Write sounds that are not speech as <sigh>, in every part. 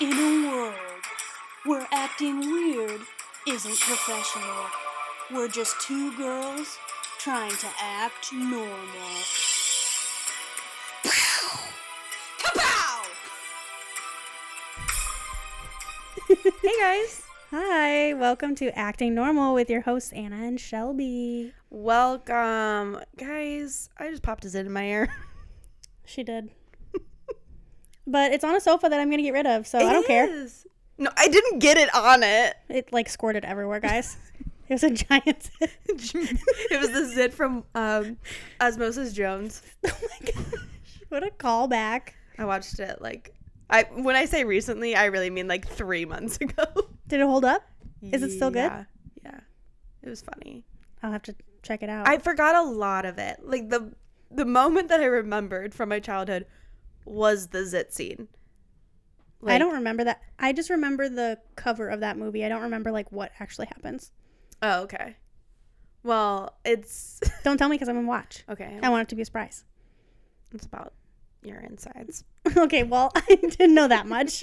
In a world where acting weird isn't professional, we're just two girls trying to act normal. Kapow! Hey guys. Hi. Welcome to Acting Normal with your hosts Anna and Shelby. Welcome, guys. I just popped a zit in my ear. She did. <laughs> but it's on a sofa that I'm going to get rid of, so Oh, I don't care. No, I didn't get it on it. <laughs> It like squirted everywhere, guys. it was a giant <laughs> Oh it was the zit from um, Osmosis Jones. Oh my gosh. What a callback. I watched it like I when I say recently, I really mean like three months <laughs> ago. Did it hold up? Is it still good? Yeah, yeah. It was funny. I'll have to check it out. I forgot a lot of it. Like the the moment that I remembered from my childhood was the zit scene. I don't remember that. I just remember the cover of that movie. I don't remember like what actually happens. Oh, okay. Well, it's <laughs> Don't tell me because I'm gonna watch. okay. I want it to be a surprise. <laughs> It's about your insides okay, well <laughs> I didn't know that much.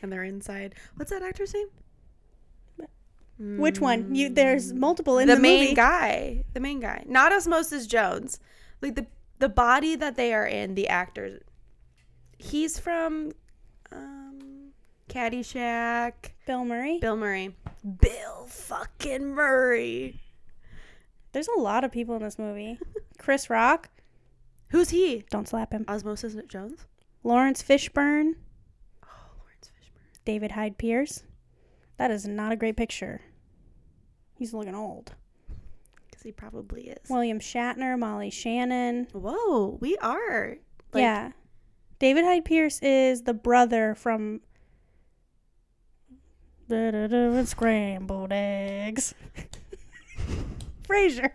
and their inside. What's that actor's name? Which one? You there's multiple in the, the, main movie. guy. The main guy. Not Osmosis Jones. Like the the body that they are in. The actor. He's from, um, Caddyshack. Bill Murray. Bill Murray. Bill fucking Murray. There's a lot of people in this <laughs> movie. Chris Rock, Who's he? don't slap him. Osmosis Jones. Lawrence Fishburne, Oh, Lawrence Fishburne. David Hyde Pierce. That is not a great picture. He's looking old. Because he probably is. William Shatner, Molly Shannon. Whoa, we are. like- yeah. David Hyde Pierce is the brother from Da-da-da and Scrambled <laughs> Eggs. Frasier.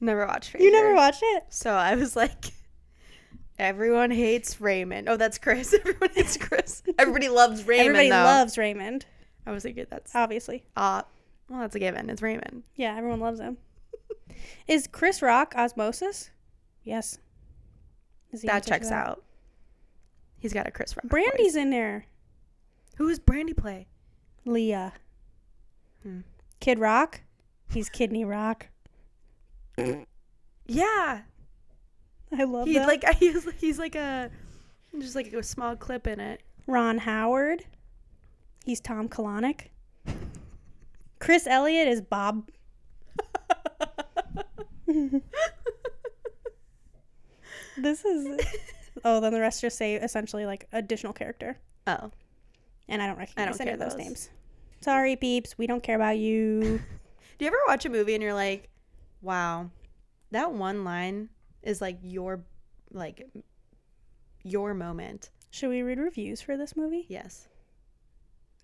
Never watched. You never Frasier. watched it? So I was like, everyone hates Raymond. Oh, that's Chris. <laughs> Everyone hates Chris. Everybody loves Raymond. Everybody though. loves Raymond, I was thinking that's obviously. uh, well, that's a given. It's Raymond. Yeah, everyone loves him. Is Chris Rock osmosis? Yes. Is the that answer to checks out. He's got a Chris Rock. voice. Brandy's in there. Who is Brandy play? Leah. Hmm. Kid Rock. He's Kidney Rock. Yeah, I love he that. like <laughs> he's he's like a just like a small clip in <laughs> it. Ron Howard. He's Tom Kalanick. Chris Elliott is Bob. This is. oh, then the rest just say essentially like additional character. oh, And I don't recognize don't any care of those, those. names. Sorry, peeps. We don't care about you. do you ever watch a movie and you're like, wow, that one line is like your like your moment. Should we read reviews for this movie? Yes.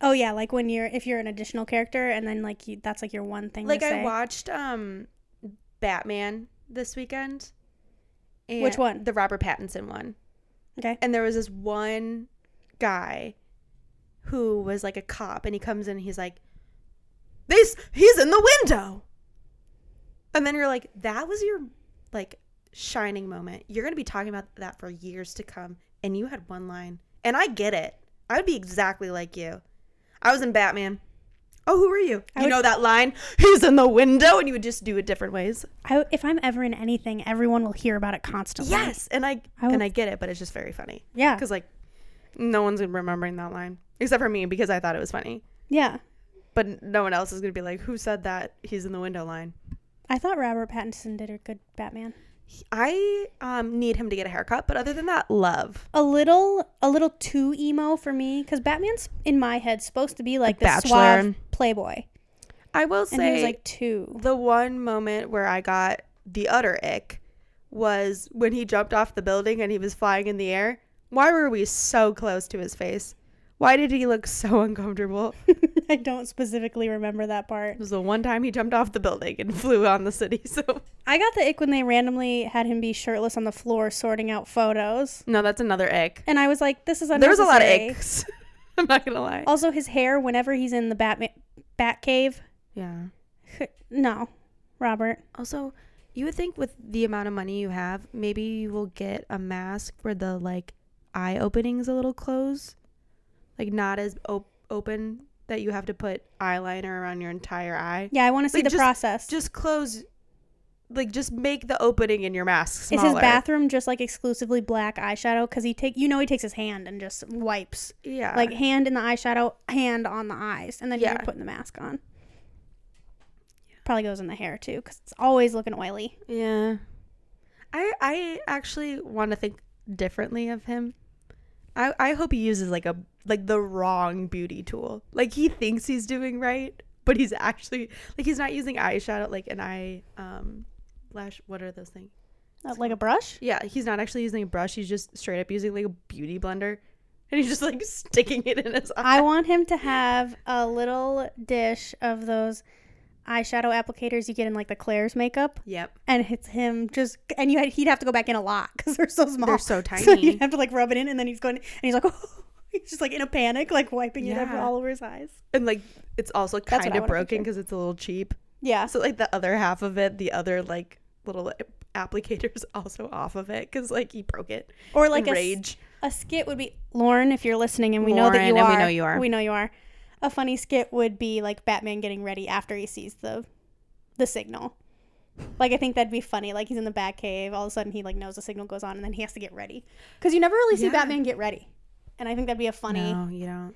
Oh yeah, like when you're if you're an additional character and then like you, that's like your one thing. like to I say. watched um Batman this weekend. And Which one? The Robert Pattinson one. Okay. And there was this one guy who was like a cop and he comes in and he's like this he's in the window. And then you're like that was your like shining moment. You're going to be talking about that for years to come and you had one line. And I get it. I would be exactly like you. I was in Batman. Oh, who are you? I you would- know that line, he's in the window, and you would just do it different ways. I, if I'm ever in anything, everyone will hear about it constantly. Yes, and I, I would- and I get it, but it's just very funny Yeah. because like no one's remembering that line except for me because I thought it was funny, Yeah. but no one else is gonna be like, who said that? He's in the window line. I thought Robert Pattinson did a good Batman. I um, need him to get a haircut, but other than that, love A little, a little too emo for me because Batman's in my head supposed to be like the Bachelor. suave playboy, I will say and he was like two. <laughs> the one moment where I got the utter ick was when he jumped off the building and he was flying in the air. Why were we so close to his face? Why did he look so uncomfortable? It I don't specifically remember that part. was the one time he jumped off the building and flew on the city. <laughs> So I got the ick when they randomly had him be shirtless on the floor sorting out photos, no, that's another ick. and I was like, "This is There was a lot of unnecessary. icks. <laughs> I'm not gonna lie. Also, his hair whenever he's in the Batman Batcave. <laughs> Yeah. No, Robert. Also, you would think with the amount of money you have, maybe you will get a mask for the like eye openings a little close, like not as op- open that you have to put eyeliner around your entire eye. Yeah, I want to see Like, the just- process. Just close, like just make the opening in your mask Is smaller. his bathroom just like exclusively black eyeshadow? Because he take you know he takes his hand and just wipes Yeah, like hand in the eyeshadow, hand on the eyes, and then Uh, Yeah. you're putting the mask on. Probably goes in the hair too, because it's always looking oily. yeah. I I actually want to think differently of him. I I hope he uses like a like the wrong beauty tool. Like he thinks he's doing right, but he's actually like he's not using eyeshadow like an eye um lash. What are those things? Uh, like a brush. Yeah, he's not actually using a brush. He's just straight up using like a beauty blender, and he's just like <laughs> sticking it in his eye. I want him to have a little dish of those eyeshadow applicators you get in like the Claire's makeup, Yep. and it's him just and you had, he'd have to go back in a lot <laughs> because they're so small. They're so <laughs> So you tiny. have to like rub it in, and then he's going, and he's like, <laughs> he's just like in a panic, like wiping it up Yeah. all over his eyes. and like it's also what kind I of wanna broken picture. because it's a little cheap. Yeah, So like the other half of it, the other like little applicators <laughs> also off of it because like he broke it. or like in a, s- rage. a skit would be Lauren, if you're listening, and we know that you Lauren, are, and we know you are. we know you are. A funny skit would be like Batman getting ready after he sees the, the signal. Like I think that'd be funny. Like he's in the Batcave, all of a sudden he like knows the signal goes on, and then he has to get ready because you never really see Yeah. Batman get ready. And I think that'd be a funny, you don't.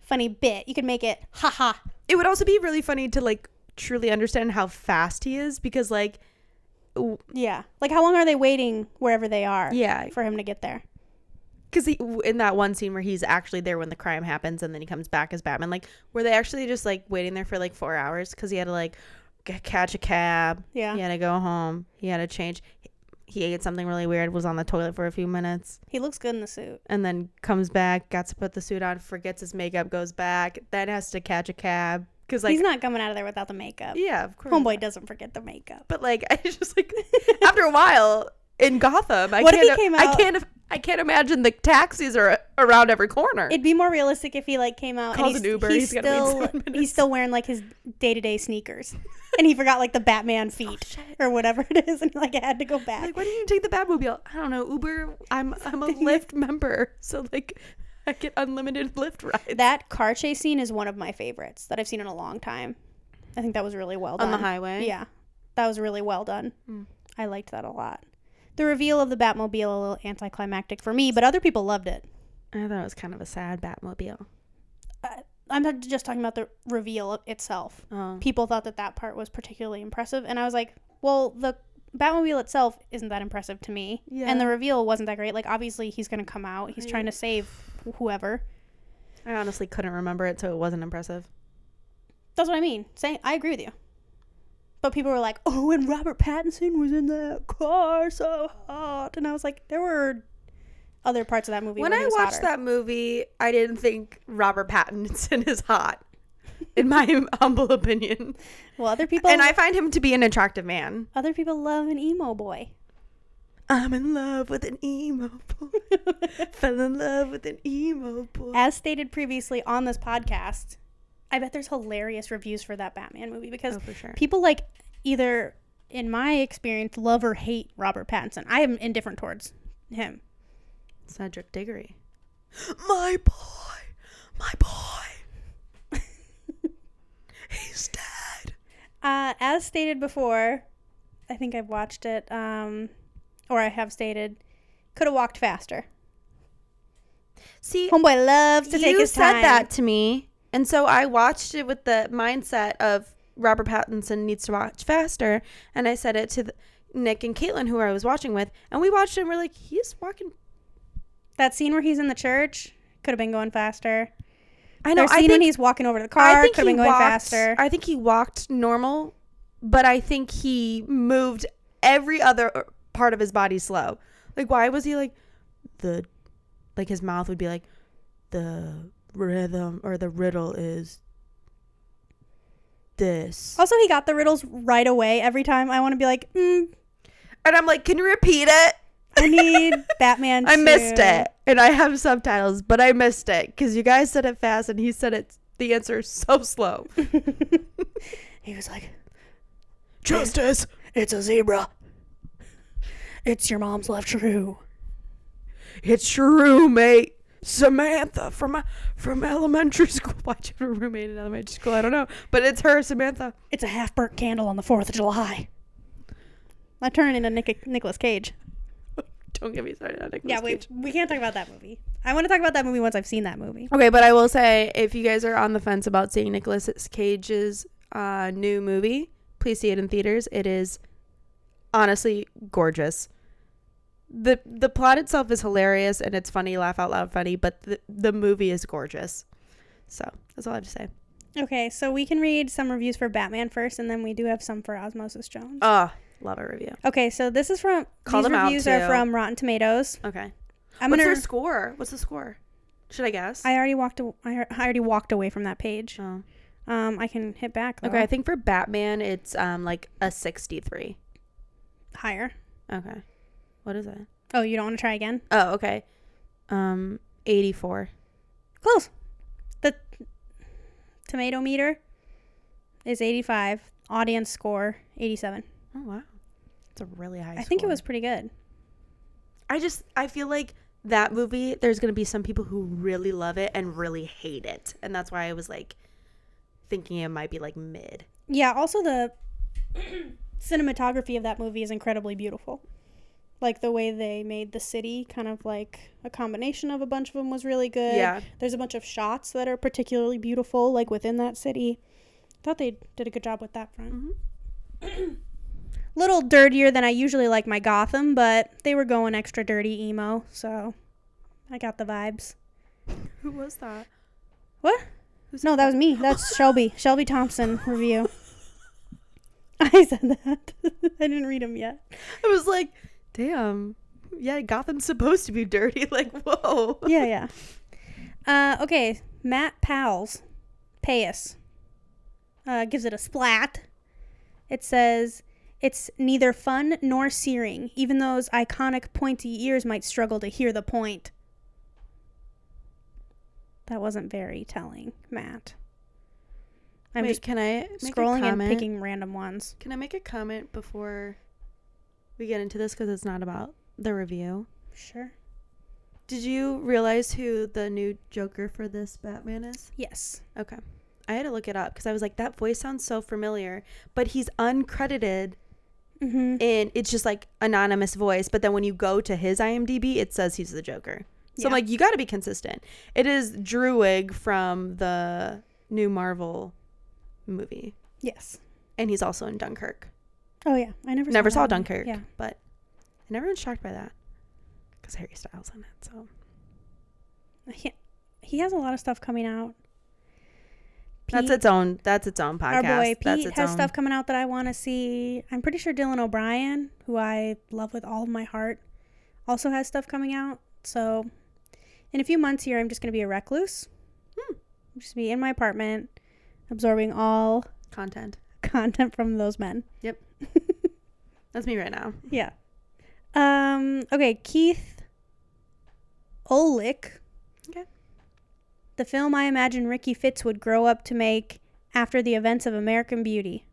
funny bit. You could make it, haha. It would also be really funny to like truly understand how fast he is because like w- Yeah, like how long are they waiting wherever they are? yeah for him to get there. because in that one scene where he's actually there when the crime happens and then he comes back as batman like were they actually just like waiting there for like four hours because he had to like c- catch a cab Yeah. he had to go home he had to change he ate something really weird was on the toilet for a few minutes He looks good in the suit. and then comes back got to put the suit on forgets his makeup goes back then has to catch a cab because like He's not coming out of there without the makeup. yeah of course Homeboy doesn't forget the makeup. but like <laughs> i just like after a while in gotham i What if can't he came i out- can't i can't imagine the taxis are around every corner It'd be more realistic if he like came out Calls and he's, an Uber, he's, he's gotta wait still seven minutes. he's still wearing like his day to day <laughs> sneakers, and he forgot like the Batman feet or whatever it is, and like had to go back. Oh, Like, why didn't you take the Batmobile? I don't know, Uber. <laughs> I'm I'm a Lyft member, so like, <laughs> I get unlimited Lyft rides. that car chase scene is one of my favorites that I've seen in a long time. I think that was really well done On the highway? Hmm. Yeah, that was really well done. I liked that a lot. The reveal of the Batmobile a little anticlimactic for me, but other people loved it. I thought it was kind of a sad Batmobile. I- I'm not just talking about the reveal of- itself. Oh, People thought that that part was particularly impressive, and I was like, well, the Batmobile itself isn't that impressive to me, Yeah. and the reveal wasn't that great. Like, obviously, he's gonna come out. He's trying to save wh- whoever. I honestly couldn't remember it, so it wasn't impressive. That's what I mean. Saying I agree with you, but people were like, oh, and Robert Pattinson was in that car so hot, and I was like, there were other parts of that movie When where he I was watched hotter. that movie, I didn't think Robert Pattinson <laughs> is hot, in my <laughs> humble opinion. Well, other people and I find him to be an attractive man. other people love an emo <laughs> boy. I'm in love with an emo boy. <laughs> Fell in love with an emo boy. as stated previously on this podcast, I bet there's hilarious reviews for that Batman movie because Oh, for sure. people like either, in my experience, love or hate Robert Pattinson. I am indifferent towards him. Cedric Diggory. My boy, my boy. <laughs> He's dead. Uh, as stated before, I think I've watched it, um, or I have stated, could have walked faster. See, Homeboy loves to you take his said time. that to me, and so I watched it with the mindset of Robert Pattinson needs to watch faster, and I said it to the, Nick and Caitlin, who I was watching with, and we watched it, and we're like, he's walking. That scene where he's in the church could have been going faster. I know. No, I scene when think he's walking over to the car I think could have he been going walked, faster. I think he walked normal, but I think he moved every other uh, part of his body slow. Like, why was he like the, like his mouth would be like, the rhythm or the riddle is this, Also, he got the riddles right away every time. I want to be like, mm, and I'm like, can you repeat it? I <laughs> need Batman. I missed to- it, and I have subtitles, but I missed it because you guys said it fast, and he said it the answer so <laughs> slow. He was like, Justice. "It's a zebra. It's your mom's left shoe." It's your roommate, Samantha from from elementary school. Why do you have a roommate in elementary school? I don't know, but it's her, Samantha. It's a half burnt candle on the 4th of July. I'm turning into Nick- Nicolas Cage. Don't get me started on Nicolas Yeah, wait, we can't talk about that movie. I want to talk about that movie once I've seen that movie. Okay, but I will say if you guys are on the fence about seeing Nicolas Cage's uh, new movie, please see it in theaters. It is honestly gorgeous. the The plot itself is hilarious and it's funny, laugh out loud funny. But the the movie is gorgeous. So that's all I have to say. Okay, so we can read some reviews for Batman first, and then we do have some for Osmosis Jones. Oh, love a review. Okay, so this is from Call these them out, reviews are too. from Rotten Tomatoes. Okay. I'm What's gonna. their score? What's the score? Should I guess? I already walked. aw- I I already walked away from that page. Oh. Um, I can hit back. Though. Okay, I think for Batman it's um like a sixty three. higher. Okay. What is it? Oh, you don't want to try again? Oh, okay. Um, eighty four. Close. The tomato meter is 85. Audience score 87. Oh wow, it's a really high. I think it score. was pretty good. I just I feel like that movie. There's gonna be some people who really love it and really hate it, and that's why I was like thinking it might be like mid. Yeah. Also, the <clears throat> cinematography of that movie is incredibly beautiful. Like the way they made the city, kind of like a combination of a bunch of them, was really good. Yeah. There's a bunch of shots that are particularly beautiful, like within that city. Thought they did a good job with that front. <clears throat> Little dirtier than I usually like my Gotham, but they were going extra dirty emo, so I got the vibes. Who was that? What? no, that was me. That's Shelby. Shelby Thompson <laughs> review. I said that. <laughs> I didn't read them yet. <laughs> I was like, damn. Yeah, Gotham's supposed to be dirty. <laughs> Like, whoa. Yeah, yeah. Uh, okay, Matt Powell's Payas uh, gives it a splat. It says it's neither fun nor searing. Even those iconic pointy ears might struggle to hear the point. That wasn't very telling, Matt. I'm Wait, just can I make scrolling a and comment? picking random ones. Can I make a comment before we get into this? Because it's not about the review. Sure. Did you realize who the new Joker for this Batman is? Yes. Okay. I had to look it up because I was like, that voice sounds so familiar, but he's uncredited Mm-hmm. and it's just like anonymous voice. But then when you go to his IMDb, it says he's the Joker. So I'm Yeah. like, you got to be consistent. It is Druig from the new Marvel movie, Yes. and he's also in Dunkirk. Oh yeah, I never Never that saw one. Dunkirk, Yeah. but and everyone's shocked by that because Harry Styles in it. So he, he has a lot of stuff coming out. that's Pete, its own. That's its own Our podcast. boy that's Pete its has own- stuff coming out that I want to see. I'm pretty sure Dylan O'Brien, who I love with all of my heart, also has stuff coming out. So, in a few months here, I'm just going to be a recluse. Hmm. I'm just be in my apartment, absorbing all <laughs> content. content from those men. <laughs> That's me right now. Yeah. Um. Okay, Keith Olick. Okay. The film I imagine Ricky Fitz would grow up to make after the events of American Beauty.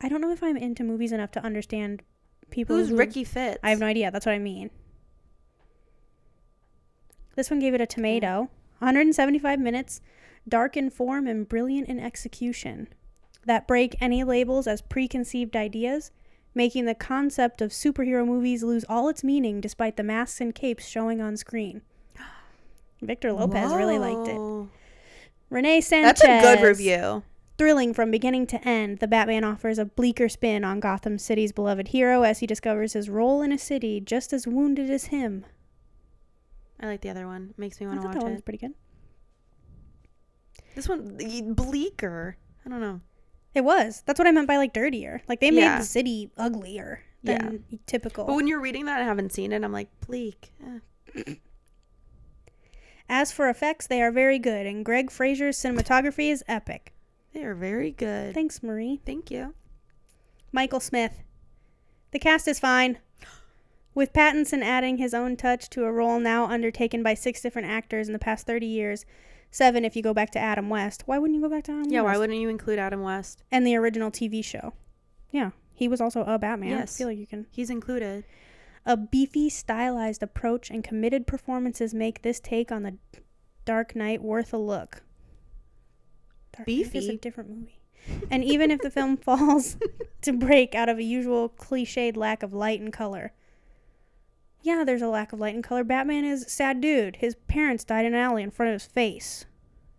I don't know if I'm into movies enough to understand people. Who's who- Ricky Fitz? I have no idea. That's what I mean. This one gave it a tomato. 175 minutes, dark in form and brilliant in execution. That break any labels as preconceived ideas, making the concept of superhero movies lose all its meaning despite the masks and capes showing on screen. <gasps> Victor Lopez really liked it. Whoa. Renee Sanchez. That's a good review. Thrilling from beginning to end, the Batman offers a bleaker spin on Gotham City's beloved hero as he discovers his role in a city just as wounded as him. I like the other one. Makes me I want to thought watch that one was it. pretty good. This one y- bleaker. I don't know. It was. That's what I meant by like dirtier. Like they made Yeah. the city uglier than typical. But when you're reading that, and I haven't seen it. I'm like bleak. eh. as for effects, they are very good, and Greg Fraser's cinematography is epic. They are very good. Thank, Thanks, Marie. you. Michael Smith. The cast is fine. With Pattinson adding his own touch to a role now undertaken by six different actors in the past 30 years, seven if you go back to Adam West. Why wouldn't you go back to Adam Yeah. West? Why wouldn't you include Adam West? And the original TV show. Yeah, he was also a Batman. Yes. I feel like you can. He's included. A beefy, stylized approach and committed performances make this take on the Dark Knight worth a look. Dark Knight is a Beefy? different movie. And even if the film falls to break out of a usual cliched lack of light and color. Yeah, there's a lack of light and color. Batman is a sad dude. His parents died in an alley in front of his face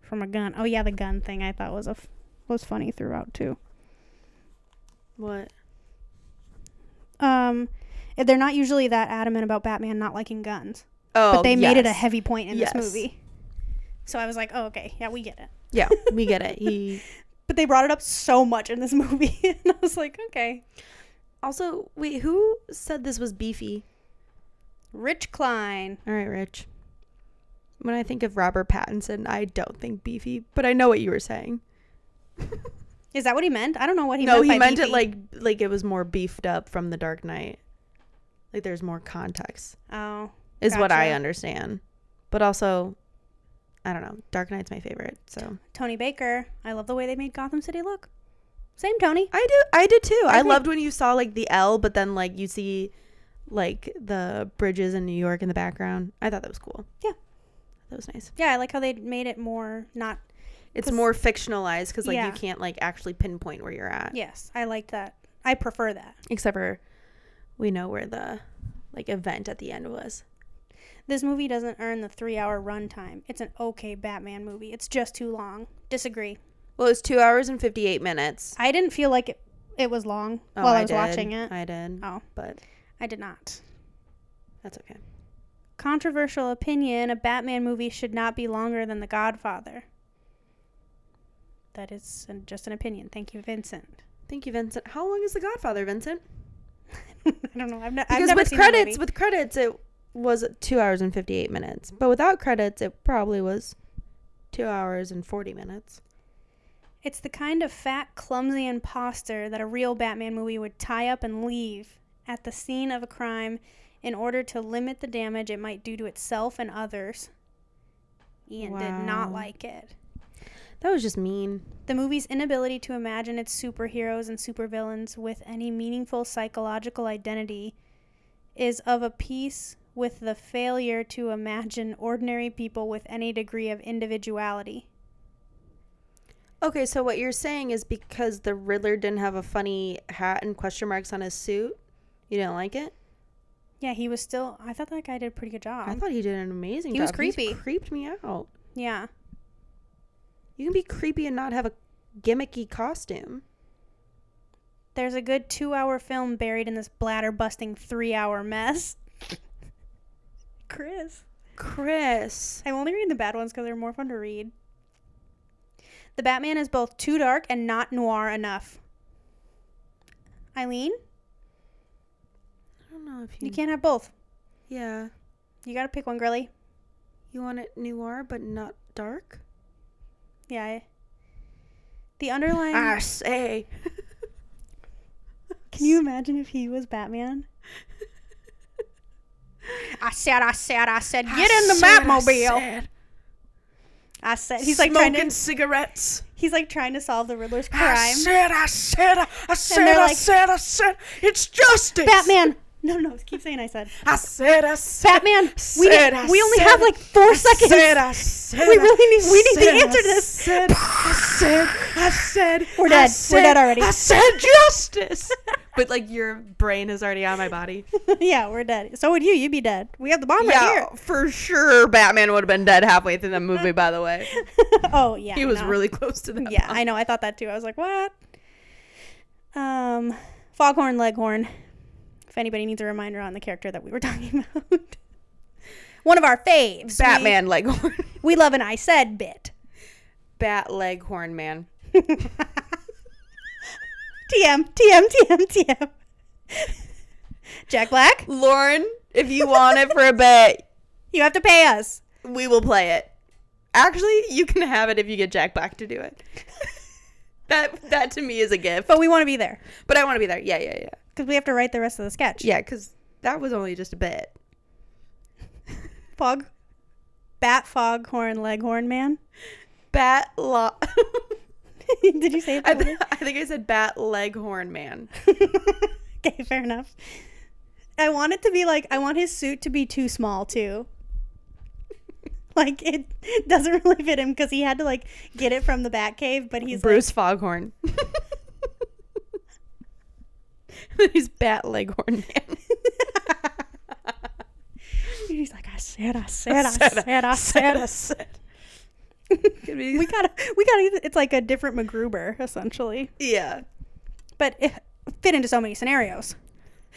from a gun. Oh yeah, the gun thing I thought was a f- was funny throughout too. What? Um, they're not usually that adamant about Batman not liking guns, Oh, but they made it a yes. heavy point in Yes. this movie. So I was like, oh okay, yeah, we get it. Yeah, we get it. He But they brought it up so much in this <laughs> movie, and I was like, okay. also wait. Who said this was beefy? Rich Klein. All right, Rich. When I think of Robert Pattinson, I don't think beefy, but I know what you were saying. Is that what he meant? I don't know what he no, meant. he by meant it beefy. like like it was more beefed up from The Dark Knight. Like there's more context, oh, is what I Gotcha. understand. But also, I don't know. Dark Knight's my favorite, so Tony Baker. I love the way they made Gotham City look. Same Tony. I do. I did too. I, think- loved when you saw like the L, but then like you see like the bridges in New York in the background. I thought that was cool. Yeah. that was nice. Yeah, I like how they made it more not. It's 'Cause- more fictionalized because like Yeah. you can't like actually pinpoint where you're at, Yes, I liked that. I prefer that. except for we know where the like event at the end was. This movie doesn't earn the three hour runtime. It's an okay Batman movie. It's just too long. Disagree. Well, it was two hours and fifty eight minutes. I didn't feel like it, it was long Oh, while I, I was did. watching it. I, I did. Oh. but did not. that's okay. Controversial opinion a Batman movie should not be longer than The Godfather. That is an- just an opinion. Thank you, Vincent. <laughs> Thank you, Vincent. How long is The Godfather, Vincent? I don't know. I've, ne- I've Because never with seen that credits, movie. with credits, it was two hours and fifty eight minutes. But without credits, it probably was two hours and forty minutes. It's the kind of fat, clumsy imposter that a real Batman movie would tie up and leave at the scene of a crime in order to limit the damage it might do to itself and others. Ian did not Wow. like it. That was just mean. The movie's inability to imagine its superheroes and supervillains with any meaningful psychological identity is of a piece with the failure to imagine ordinary people with any degree of individuality. Okay, so what you're saying is because the Riddler didn't have a funny hat and question marks on his suit, you didn't like it. Yeah, he was still. I thought that guy did a pretty good job. I thought he did an amazing. Um, He was job. He's creepy. creeped me out. yeah. You can be creepy and not have a gimmicky costume. There's a good two hour film buried in this bladder busting three hour mess. <laughs> Chris. Chris. I'm only reading the bad ones because they're more fun to read. The Batman is both too dark and not noir enough. Eileen, I don't know if you can't have both. Yeah. You gotta pick one, girly. You want it noir but not dark? Yeah. I- The underlying. Ah, say. Can you imagine if he was <laughs> Batman? I said, I said, I said, get in the Batmobile. I said, he's like trying to, cigarettes. he's like trying to solve the Riddler's Ah, crime. said, I said, I said, they're I like- said, I said, it's justice. Batman. No, no, keep saying I said. I said, I said. Batman, we, Said I we only said have I like four seconds. I said, We really need- we need the answer to this. Said, I said, I said, We're I dead. We're said- dead already. I said <laughs> justice. <laughs> but like your brain is already on my body. yeah, we're dead. So would you. You'd be dead. We have the bomb Yeah, for sure. Batman would have been dead halfway through the movie. By <laughs> the way, right here. oh, yeah. he was no. really close to that. Yeah, I know. I thought that too. I was like, what? Um, Foghorn Leghorn. If anybody needs a reminder on the character that we were <laughs> talking about, one of our faves. We- Batman Leghorn. <laughs> <laughs> We, love an I said bit. Bat Leghorn man. TM, TM, TM, TM. Jack Black, Lauren, if you want it for a bit, you have to pay us. <laughs> we will play it. Actually, you can have it if you get Jack Black to do it. <laughs> that that to me is a gift. But we want to be there But I want to be there. Yeah, yeah, yeah. because we have to write the rest of the sketch. Yeah, because that was only just a bit. Fog. Bat fog horn leghorn man. <laughs> Bat lo- <laughs> Did you say it? I, that <laughs> th- way? <laughs> I think I said bat leghorn man. okay, fair enough. I want it to be like I want his suit to be too small too. <laughs> like it <laughs> doesn't really fit him because he had to like get it from the Batcave, but he's Bruce Foghorn. <laughs> He's Bat Leghorn Man. <laughs> like he's like I said, I said, I said, I said, I said. We gotta, we gotta. It's like a different MacGruber essentially, yeah. but it fit into so many scenarios.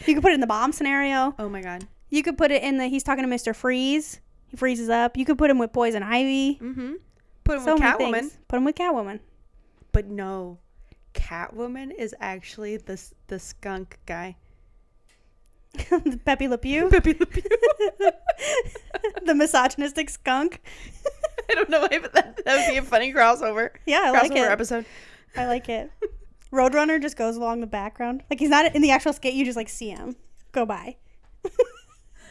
You could put it in the bomb scenario. Oh my god. You could put it in the he's talking to Mister Freeze. He freezes up. You could put him with Poison Ivy. Mm-hmm. Put him So with many Catwoman. things. Put him with Catwoman. But no, Catwoman is actually the s- the skunk guy. <laughs> <laughs> Pepe Le Pew. Pepe Le Pew. <laughs> the misogynistic skunk. <laughs> I don't know why, but that, that would be a funny <laughs> crossover. Yeah, I crossover like it. episode. I like it. Roadrunner just goes along the background. Like he's not in the actual skate, you just like see him. Go by.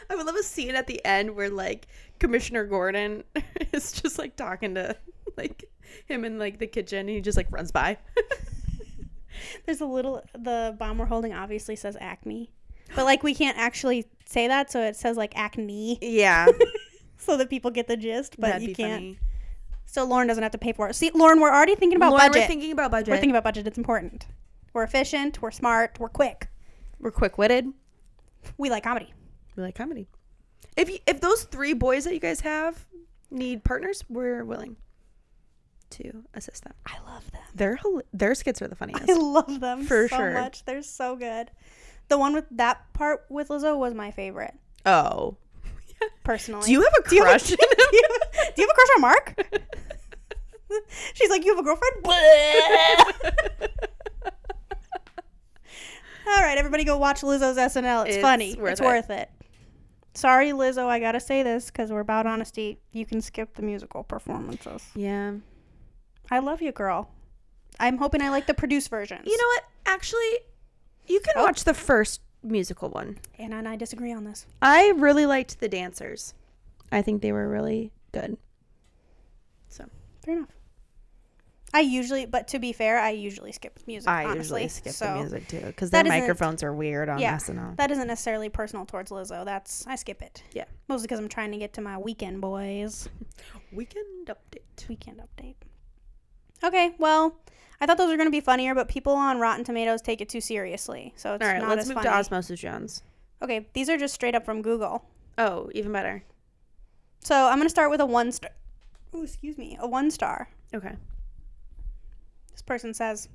I would love a scene at the end where like Commissioner Gordon <laughs> is just like talking to like him in like the kitchen and he just like runs by. <laughs> There's a little the bomb we're holding obviously says acne. But like we can't actually say that, so it says like acne <laughs> Yeah. so that people get the gist, but That'd you be can't. funny. So Lauren doesn't have to pay for it. See, Lauren, we're already thinking about Lauren, budget. We're thinking about budget. we're thinking about budget. It's important. We're efficient, we're smart, we're quick. we're quick witted. We like comedy. We like comedy. If you, if those three boys that you guys have need partners, we're willing to assist them. I love them. Their hel- their skits are the <laughs> <laughs> funniest. I love them For so sure. much. They're so good. The one with that part with Lizzo was my favorite, oh, personally. <laughs> do you have a Do you have a- crush? on him? do you <laughs> have- do you have a crush on Mark? She's like, you have a <laughs> girlfriend? All right, everybody go watch Lizzo's SNL. It's, It's funny. worth it's it. worth it. Sorry, Lizzo, I gotta say this because we're about honesty. You can skip the musical performances. yeah. I love you, girl. I'm hoping I like the produced versions. You know what? Actually, you can watch the first musical one. Anna and I disagree on this. I really liked the dancers. I think they were really good. So Fair enough. I usually, but to be fair, I usually skip music. I honestly. usually skip So, the music too because that their isn't- microphones are weird on Yeah. SNL. That isn't necessarily personal towards Lizzo. That's I skip it. Yeah. Mostly because I'm trying to get to my weekend boys. Weekend update. Weekend update. Okay, well, I thought those were going to be funnier, but people on Rotten Tomatoes take it too seriously, so it's All right, not let's as move funny. to Osmosis Jones. Okay, these are just straight up from Google. Oh, even better. So I'm going to start with a one star. Ooh, excuse me, a one star. Okay. This person says,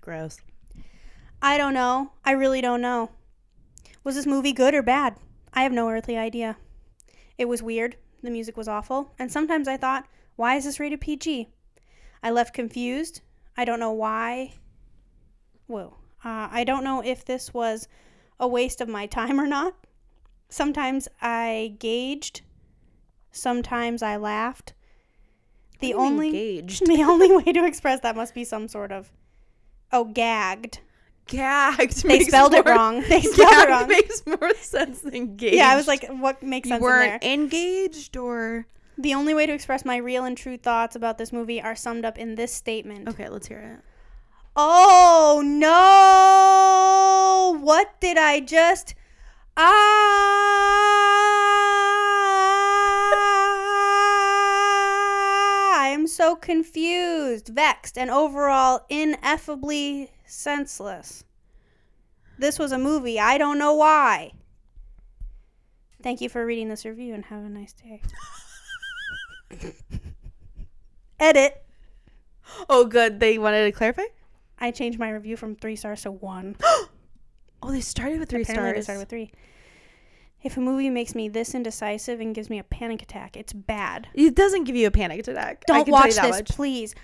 Gross. I don't know. I really don't know. Was this movie good or bad? I have no earthly idea. It was weird, the music was awful, and sometimes I thought, why is this rated PG? I left confused. I don't know why. Whoa. Uh, I don't know if this was a waste of my time or not. Sometimes I gauged, sometimes I laughed. The only engaged. <laughs> the only way to express that must be some sort of oh gagged. Gagged. They makes spelled it more- <laughs> wrong. They spelled it Gagged wrong. makes more sense than engaged. Yeah, I was like, what makes you sense in there? weren't engaged or The only way to express my real and true thoughts about this movie are summed up in this statement. okay. Let's hear it. Oh no! What did I just? Ah! I am so confused, vexed, and overall ineffably senseless. This was a movie. I don't know why. Thank you for reading this review and have a nice day. Edit. Oh, good. They wanted to clarify. I changed my review from three stars to one. Oh, they started with three Apparently, they stars. started with three. If a movie makes me this indecisive and gives me a panic attack, it's bad. it doesn't give you a panic attack. I Don't can tell you watch that this, much. please.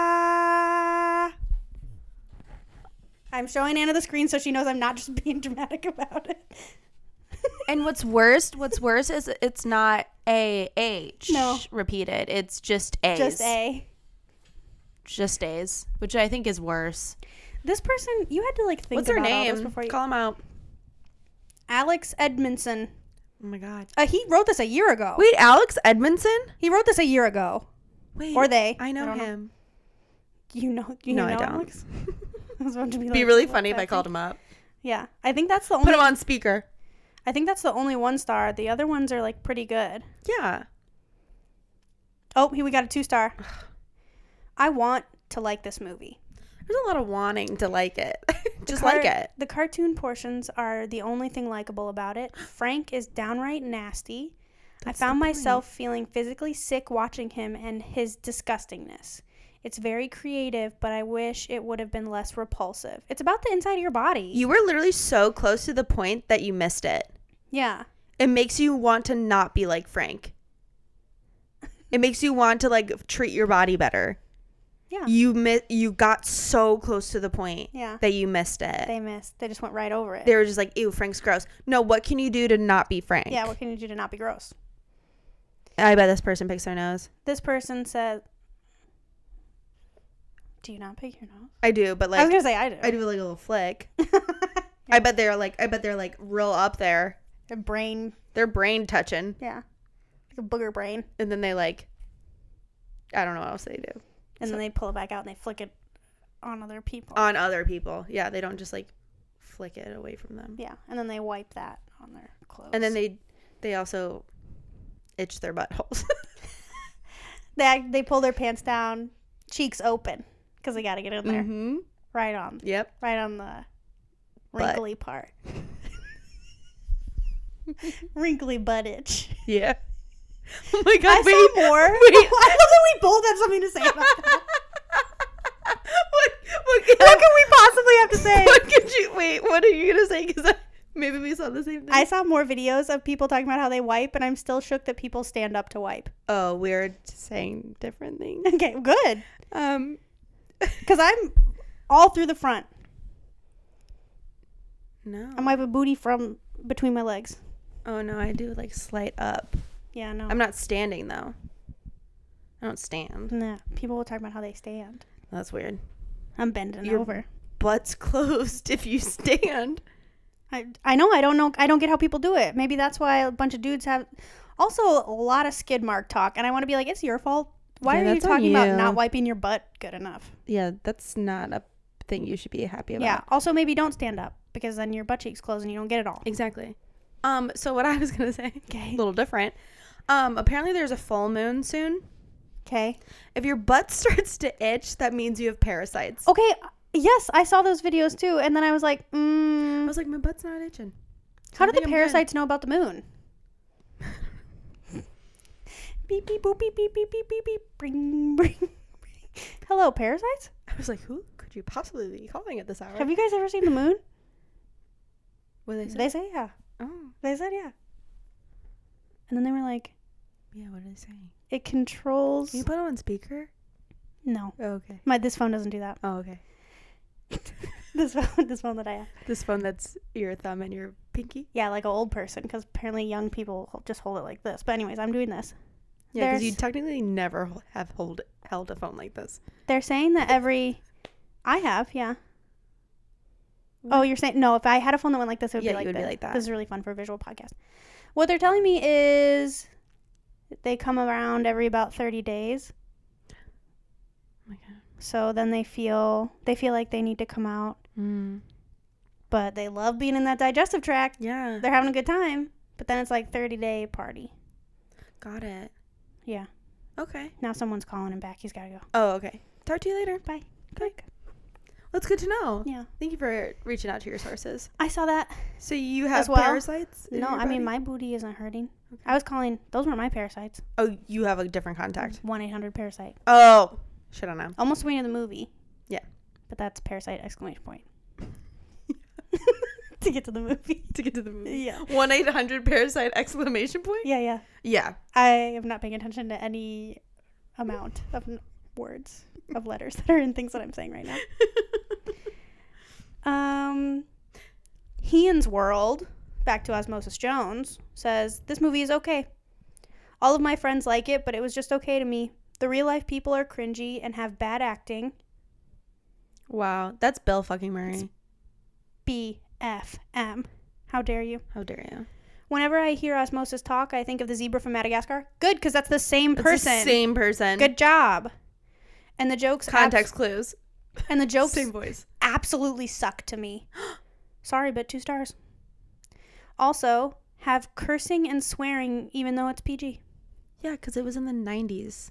Ah. I'm showing Anna the screen so she knows I'm not just <laughs> being dramatic about it. And what's worst? What's worse is it's not a h No. repeated. It's just a's. <laughs> Just A. Just a's, which I think is worse. This person, you had to like think What's her about all this name? before you. Call him out. Alex Edmondson. Oh my god. Uh, he wrote this a year ago. Wait, Alex Edmondson. He wrote this a year ago. Wait, Or they. I I know don't know. him. You know, you No, know I don't. Alex? <laughs> I was about to be, Be like, really what funny if that I called thing- him up. Yeah, I think that's the Put only. him on speaker. I think that's the only one star. The other ones are like pretty good. Yeah. Oh, here we got a two star. I want to like this movie. There's a lot of wanting to like it. <laughs> Just Car- like it. The cartoon portions are the only thing likable about it. Frank is downright nasty. I found myself feeling physically sick watching him and his disgustingness. It's very creative, but I wish it would have been less repulsive. It's about the inside of your body. You were literally so close to the point that you missed it. yeah. It makes you want to not be like Frank. It makes you want to like treat your body better. Yeah. You mi- you got so close to the point Yeah. that you missed it. They, They missed. They just went right over it. were just like, "Ew, Frank's gross." No, what can you do to not be Frank? yeah, what can you do to not be gross? I bet this person picks their nose. This person says, Do you not pick your nose? I do, but like I was going to say, I do. I do like a little <laughs> flick. I bet they're like I bet they're like real up there. <laughs> Their brain. Their brain touching, Yeah. Like a booger brain. and then they like I don't know what else they do And then they pull it back out and they flick it on other people. on other people. Yeah, they don't just like flick it away from them. yeah. And then they wipe that on their clothes. And then they they also itch their buttholes. <laughs> they act- they pull their pants down, cheeks open, because they got to get in there, mm-hmm. right on, Yep. right on the Butt. wrinkly <laughs> part, wrinkly butt <laughs> itch. Yeah. Oh my I god, wait. saw more. <laughs> wait. I love that we both have something to say about that. <laughs> what, what, what can we possibly have to say? <laughs> What could you wait? What are you gonna say? Because maybe we saw the same thing. I saw more videos of people talking about how they wipe, and I'm still shook that people stand up to wipe. <laughs> oh, we're saying different things. Okay, good, Um, because I'm all through the front. no. I wipe a booty from between my legs. oh no, I do like slight up. Yeah, no. I'm not standing though. I don't stand. Nah, people will talk about how they stand. That's weird. I'm bending You're- over. Butt's <laughs> closed if you stand. I, I know I don't know I don't get how people do it. Maybe that's why a bunch of dudes have also a lot of skid mark talk and I want to be like it's your fault. Why Yeah, are you that's on talking about you. not wiping your butt good enough? Yeah, that's not a thing you should be happy about. Yeah. Also maybe don't stand up because then your butt cheeks close and you don't get it all. Exactly. Um, so what I was gonna say, <laughs> Okay. a little different. Um, apparently there's a full moon soon. Okay. If your butt <laughs> starts to itch, that means you have parasites. Okay. Yes, I saw those videos too and then I was like, I mm, was like, my butt's not itching. how I do the think I'm good. parasites know about the moon? beep beep boop beep beep beep beep beep beep <laughs> bring bring. bring. Hello parasites? I was like, who could you possibly be calling at this hour? Have you guys ever seen the moon? What did they say? They say yeah. oh, They said yeah. And then they were like, yeah. What did they say? it controls. You put it on speaker? No, Oh, okay. my this phone doesn't do that. <laughs> Oh, okay. This phone, this phone that I have. This phone that's your thumb and your pinky. Yeah, like an old person, because apparently young people ho- just hold it like this. But anyways, I'm doing this. Yeah, because you There's- technically never h- have hold held a phone like this. They're saying that every, I have yeah. Oh, you're saying no? If I had a phone that went like this, it would Yeah, be you like would be this. like that. This is really fun for a visual podcast. What they're telling me is, they come around every about thirty days. Oh my god. So then they feel they feel like they need to come out, Mm. but they love being in that digestive tract. Yeah. they're having a good time, but then it's like 30 day party. Got it. Yeah. Okay. Now someone's calling him back. He's got to go. Oh, okay. Talk to you later. Bye. Quick. That's good to know. Yeah. Thank you for reaching out to your sources. I saw that. So you have well? parasites? in no, your I mean, my body? booty isn't hurting. I was calling, those weren't my parasites. Oh, you have a different contact. 1 800 Parasite. Oh, shit <laughs> on him. Almost the way of the movie. Yeah. But that's Parasite exclamation point. <laughs> to get to the movie. <laughs> To get to the movie. Yeah. One eight hundred parasite exclamation point. Yeah, yeah. Yeah. I am not paying attention to any amount of n- words, of letters that are in things that I'm saying right now. Um, Hean's World, back to Osmosis Jones, says this movie is okay. All of my friends like it, but it was just okay to me. The real life people are cringy and have bad acting. Wow, that's Bill fucking Murray. B F M. How dare you? How dare you? Whenever I hear Osmosis talk, I think of the zebra from Madagascar. Good, because that's the same It's the person. same person. Good job. and the jokes abs- Context clues. and the jokes Same voice. absolutely suck to me. <gasps> Sorry, but two stars. Also, have cursing and swearing even though it's PG. Yeah, because it was in the 90s.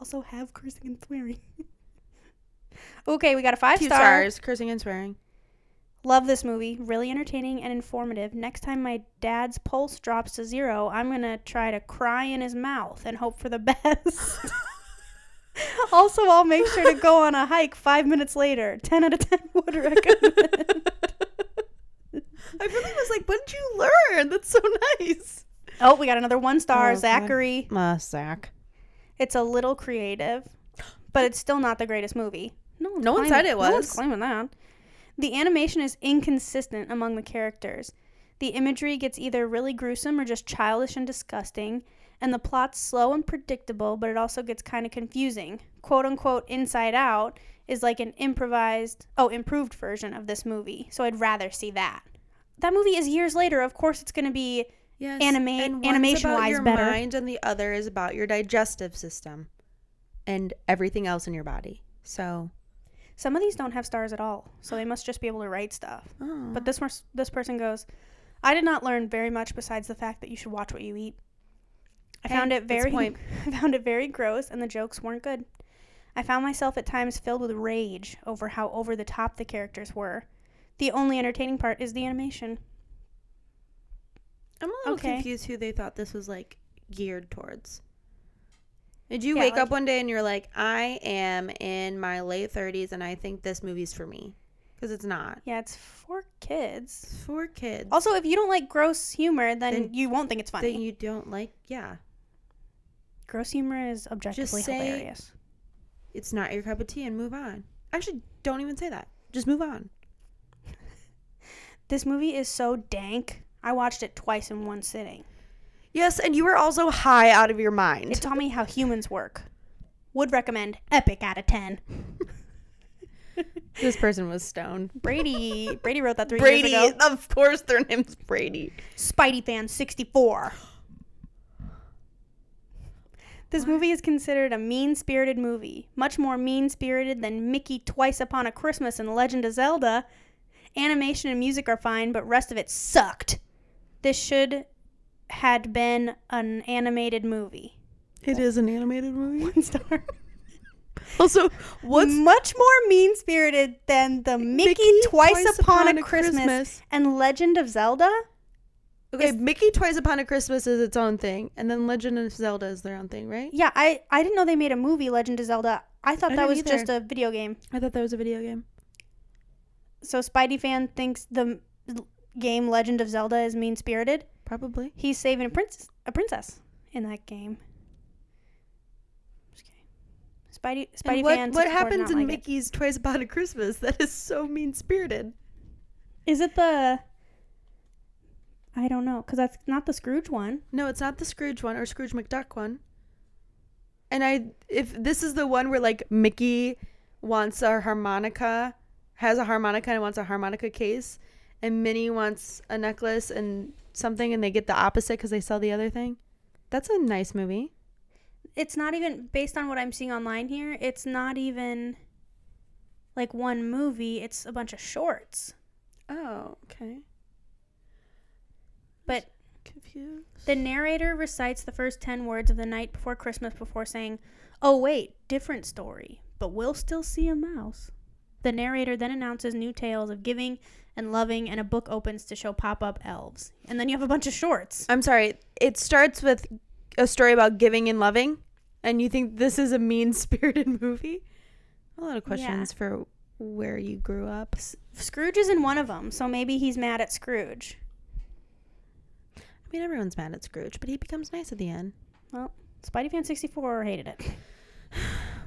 Also have cursing and swearing. <laughs> okay, we got a five Two star. stars, cursing and swearing. Love this movie. Really entertaining and informative. Next time my dad's pulse drops to zero, I'm going to try to cry in his mouth and hope for the <laughs> <laughs> best. also, I'll make sure to go on a hike five minutes later. <laughs> 10 out of 10 would recommend. I really was like, what did you learn? That's so nice. oh, we got another one star. Oh, God. Zachary. Uh, Zach. It's a little creative, but it's still not the greatest movie. No, one's No one claiming- said it No one's was. claiming that. The animation is inconsistent among the characters. The imagery gets either really gruesome or just childish and disgusting, and the plot's slow and predictable, but it also gets kind of confusing. "Quote unquote Inside Out" is like an improvised, oh, improved version of this movie. So I'd rather see that. That movie is years later. Of course, it's going to be Yes. Anima- one's about animation-wise your better. mind and the other is about your digestive system and everything else in your body. So, Some of these don't have stars at all, so they must just be able to write stuff. oh. But this pers- this person goes, I did not learn very much besides the fact that you should watch what you eat. I Hey, found it that's a very point. <laughs> I found it very gross and the jokes weren't good. I found myself at times filled with rage over how over the top the characters were. The only entertaining part is the animation. <laughs> I'm a little Okay. confused who they thought this was like geared towards. Did you Yeah, wake like- up one day and you're like, I am in my late 30s and I think this movie's for me? Because it's not. Yeah, it's for kids. It's for kids. Also, if you don't like gross humor, then, Then- you won't think it's funny. That you don't like, yeah. gross humor is objectively say- hilarious. It's not your cup of tea and move on. Actually, don't even say that. Just move on. This movie is so dank. I watched it twice in one sitting. Yes, and you were also high out of your mind. It taught me how humans work. Would recommend epic out of 10. <laughs> this person was stoned. Brady Brady wrote that 3 <laughs> Brady, years ago. of course, their name's Brady. Spidey fan 64. This movie is considered a mean-spirited movie, much more mean-spirited than Mickey Twice Upon a Christmas and Legend of Zelda. Animation and music are fine, but rest of it sucked. This should had been an animated movie. It is an animated movie. <laughs> One star. <laughs> Also, what's much more mean spirited than the Mickey, twice, upon, a Christmas, and Legend of Zelda. Mm, Okay, Mickey Twice Upon a Christmas is its own thing, and then Legend of Zelda is their own thing, right? Yeah, I I didn't know they made a movie Legend of Zelda. I thought I that didn't was either. just a video game. I thought that was a video game. So Spidey fan thinks the m- l- game Legend of Zelda is mean spirited. Probably. He's saving a prince a princess in that game. Just kidding. Spidey Spidey and fan. 64 what what did not happens in like it. Mickey's Twice Upon a Christmas? That is so mean spirited. Is it the I don't know, because that's not the Scrooge one. No, it's not the Scrooge one or Scrooge McDuck one. And I, if this is the one where like Mickey wants a harmonica, has a harmonica and wants a harmonica case, and Minnie wants a necklace and something, and they get the opposite because they sell the other thing. That's a nice movie. it's not even based on what I'm seeing online here. It's not even like one movie. It's a bunch of shorts. Oh, okay. But Confused. the narrator recites the first 10 words of The Night Before Christmas before saying, "Oh wait, different story, but we'll still see a mouse." The narrator then announces new tales of giving and loving and a book opens to show pop-up elves. And then you have a bunch of shorts. I'm sorry. It starts with a story about giving and loving, and you think this is a mean <laughs> spirited movie? A lot of questions for where you grew up. S- Scrooge is in one of them, so maybe he's mad at Scrooge. I mean, everyone's mad at Scrooge, but he becomes nice at the end. Well, Spidey Fan 64 hated it.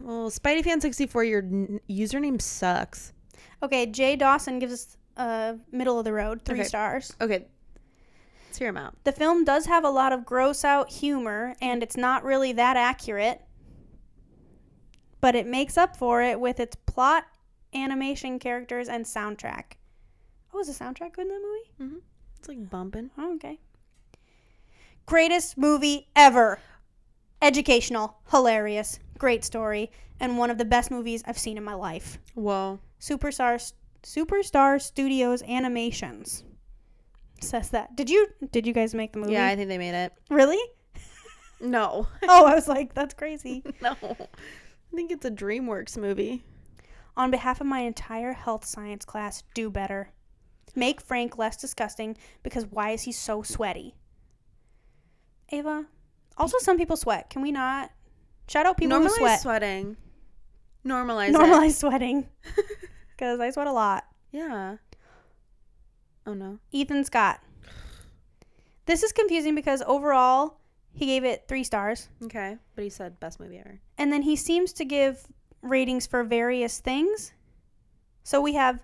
Well, SpideyFan64, your n- username sucks. Okay, Jay Dawson gives us uh, middle of the road, three Okay. stars. Okay. Let's hear him out. The film does have a lot of gross out humor, and it's not really that accurate, but it makes up for it with its plot, animation, characters, and soundtrack. Oh, was the soundtrack good in that movie? It's like bumping. Oh, okay. Greatest movie ever. Educational, hilarious, Great story and one of the best movies I've seen in my life. Whoa. Superstar Superstar Studios Animations says that. Did you did you guys make the movie? Yeah, I think they made it. really? No. <laughs> Oh, I was like, that's crazy. <laughs> no. I think it's a DreamWorks movie. On behalf of my entire health science class, do better. Make Frank less disgusting because why is he so sweaty? Ava, also some people sweat. Can we not shout out people who Normalize sweat? sweating. Normalize. Normalize. Normalize sweating <laughs> because I sweat a lot. Yeah. Oh no. Ethan Scott. This is confusing because overall he gave it three stars, Okay. But he said best movie ever. and then he seems to give ratings for various things. So we have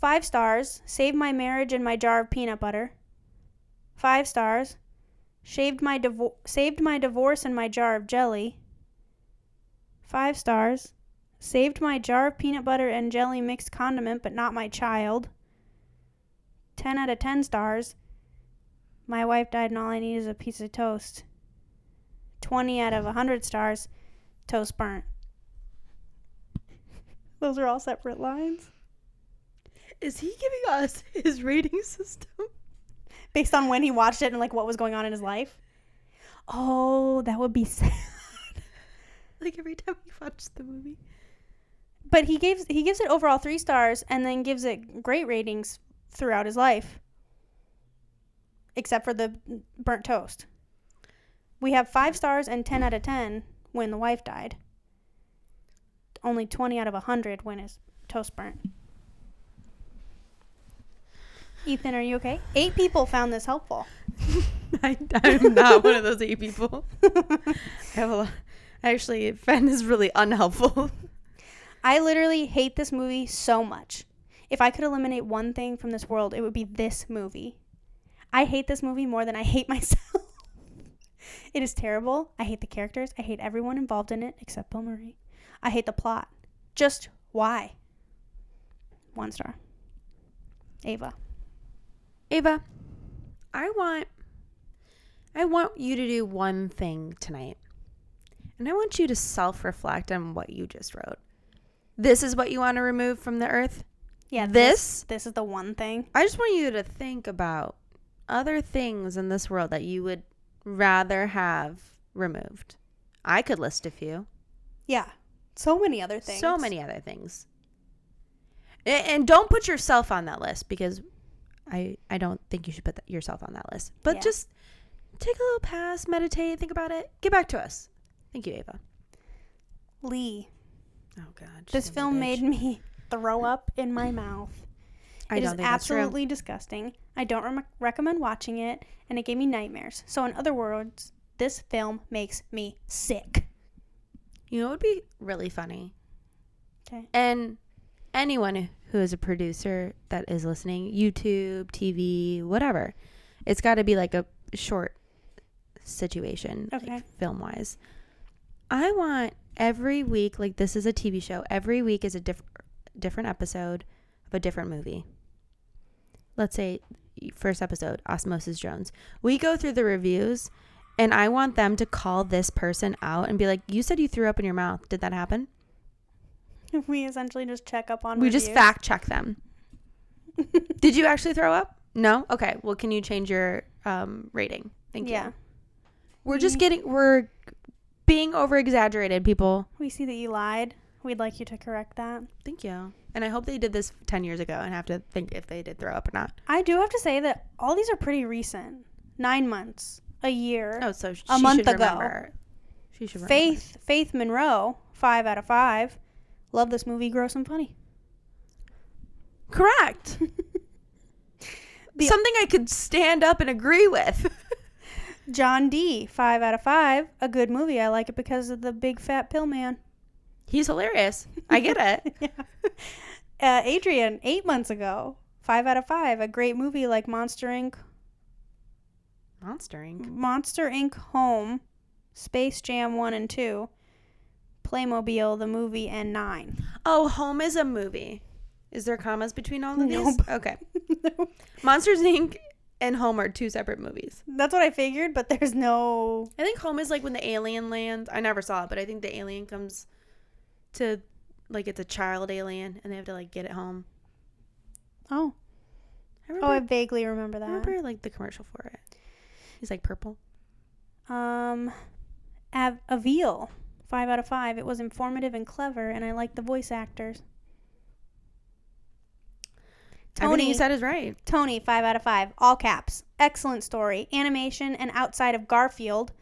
five stars, Saved My Marriage and My Jar of Peanut Butter. Five stars, Shaved My Divo- Saved My Divorce and My Jar of Jelly. Five stars, Saved My Jar of Peanut Butter and Jelly Mixed Condiment, but not my child. 10 out of 10 stars. My wife died and all I need is a piece of toast. 20 out of 100 stars. Toast burnt. <laughs> Those are all separate lines Is he giving us <laughs> his rating system? based on when he watched it and like what was going on in his life. Oh, that would be <laughs> sad. Like every time we watch the movie. But he gives he gives it overall 3 stars and then gives it great ratings throughout his life. Except for the burnt toast. We have 5 stars and 10 out of 10 when the wife died. Only 20 out of 100 when his toast burnt. Ethan, are you okay? 8 people found this helpful. <laughs> I, I'm not one of those eight <laughs> people. I have a lot. Actually, Fen is really unhelpful. I literally hate this movie so much. If I could eliminate one thing from this world, it would be this movie. I hate this movie more than I hate <laughs> myself. it is terrible. I hate the characters. I hate everyone involved in it except Bill Murray. I hate the plot. Just why? One star. Ava. <laughs> Ava, I want I want you to do one thing tonight. And I want you to self-reflect on what you just wrote. This is what you want to remove from the earth. Yeah, This? This is the one thing. I just want you to think about other things in this world that you would rather have removed. I could list a few. Yeah. So many other things. So many other things. A- And, don't put yourself on that list because I I don't think you should put that, yourself on that list. But Yeah. just take a little pass, meditate, think about it, get back to us. Thank you, Ava. Lee. Oh God, This film made me <laughs> throw up in my mouth. I It is don't think absolutely. absolutely disgusting. I don't rem- recommend watching it, and it gave me nightmares. So, in other words, this film makes me sick. You know, it would be really funny. 'Kay. And anyone who is a producer that is listening, YouTube, TV, whatever, it's got to be like a short situation, Okay. film wise. I want every week, like this is a TV show. Every week is a diff- different episode of a different movie. Let's say first episode, Osmosis Jones. We go through the reviews, and I want them to call this person out and be like, "You said you threw up in your mouth. Did that happen?" <laughs> We essentially just check up on. We just reviews. fact check <laughs> them. Did you actually throw up? No. Okay. Well, can you change your um, rating? Thank yeah. you. We're just getting we're being over exaggerated, people. We see that you lied. We'd like you to correct that. Thank you. And I hope they did this 10 years ago and have to think if they did throw up or not. I do have to say that all these are pretty recent. Nine months, a year. Oh, so she A month should ago. remember. She should remember. Faith, Faith Monroe, five out of five. Love this movie, gross and funny. <laughs> Correct. The- Something I could stand up and agree <laughs> with. John D, five out of five. A good movie. I like it because of the big fat pill man. He's hilarious. I get it. yeah. <laughs> Uh, Adrian, eight months ago, five out of five. A great movie like Monster Inc. <laughs> Monster Inc. Monster Inc. Home, Space Jam one and two, Playmobil the movie, and nine. <laughs> Oh, Home is a movie. Is there commas between all of these? Nope. Okay. Monsters Inc. and Home are two separate movies. That's what I figured, but there's no. I think Home is like when the alien lands. I never saw it, but I think the alien comes to like it's a child alien and they have to like get it home. Oh, I oh, I remember, vaguely remember I that. remember like the commercial for it. He's like purple. Um, Av- Avil, five out of five. It was informative and clever, and I liked the voice actors. Everything Tony, you said is right. Tony, five out of five, all caps. Excellent story, animation, and outside of Garfield,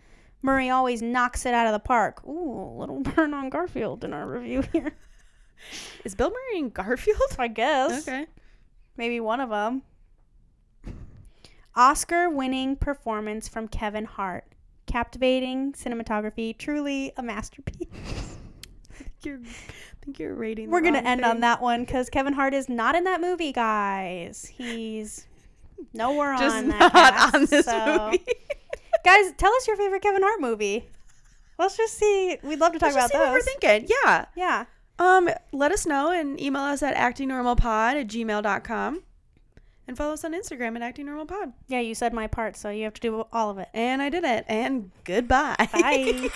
Murray always knocks it out of the park. Ooh, a little <laughs> burn on Garfield in our review here. <laughs> Is Bill Murray in <laughs> Garfield? I guess. Okay. Maybe one of them. Oscar winning performance from Kevin Hart. Captivating cinematography, truly a masterpiece. <laughs> You're, I think you're rating. the We're going to wrong end on thing. that one because Kevin Hart is not in that movie, guys. He's <laughs> nowhere Just on not that cast, on this so- movie. guys, tell us your favorite Kevin Hart movie. Let's just see. We'd love to talk Let's just about see what we're those. thinking. Yeah. Yeah. Um, let us know and email us at actingnormalpod at gmail.com and follow us on Instagram at actingnormalpod. <laughs> Yeah, you said my part, so you have to do all of it. And I did it. And goodbye. Bye.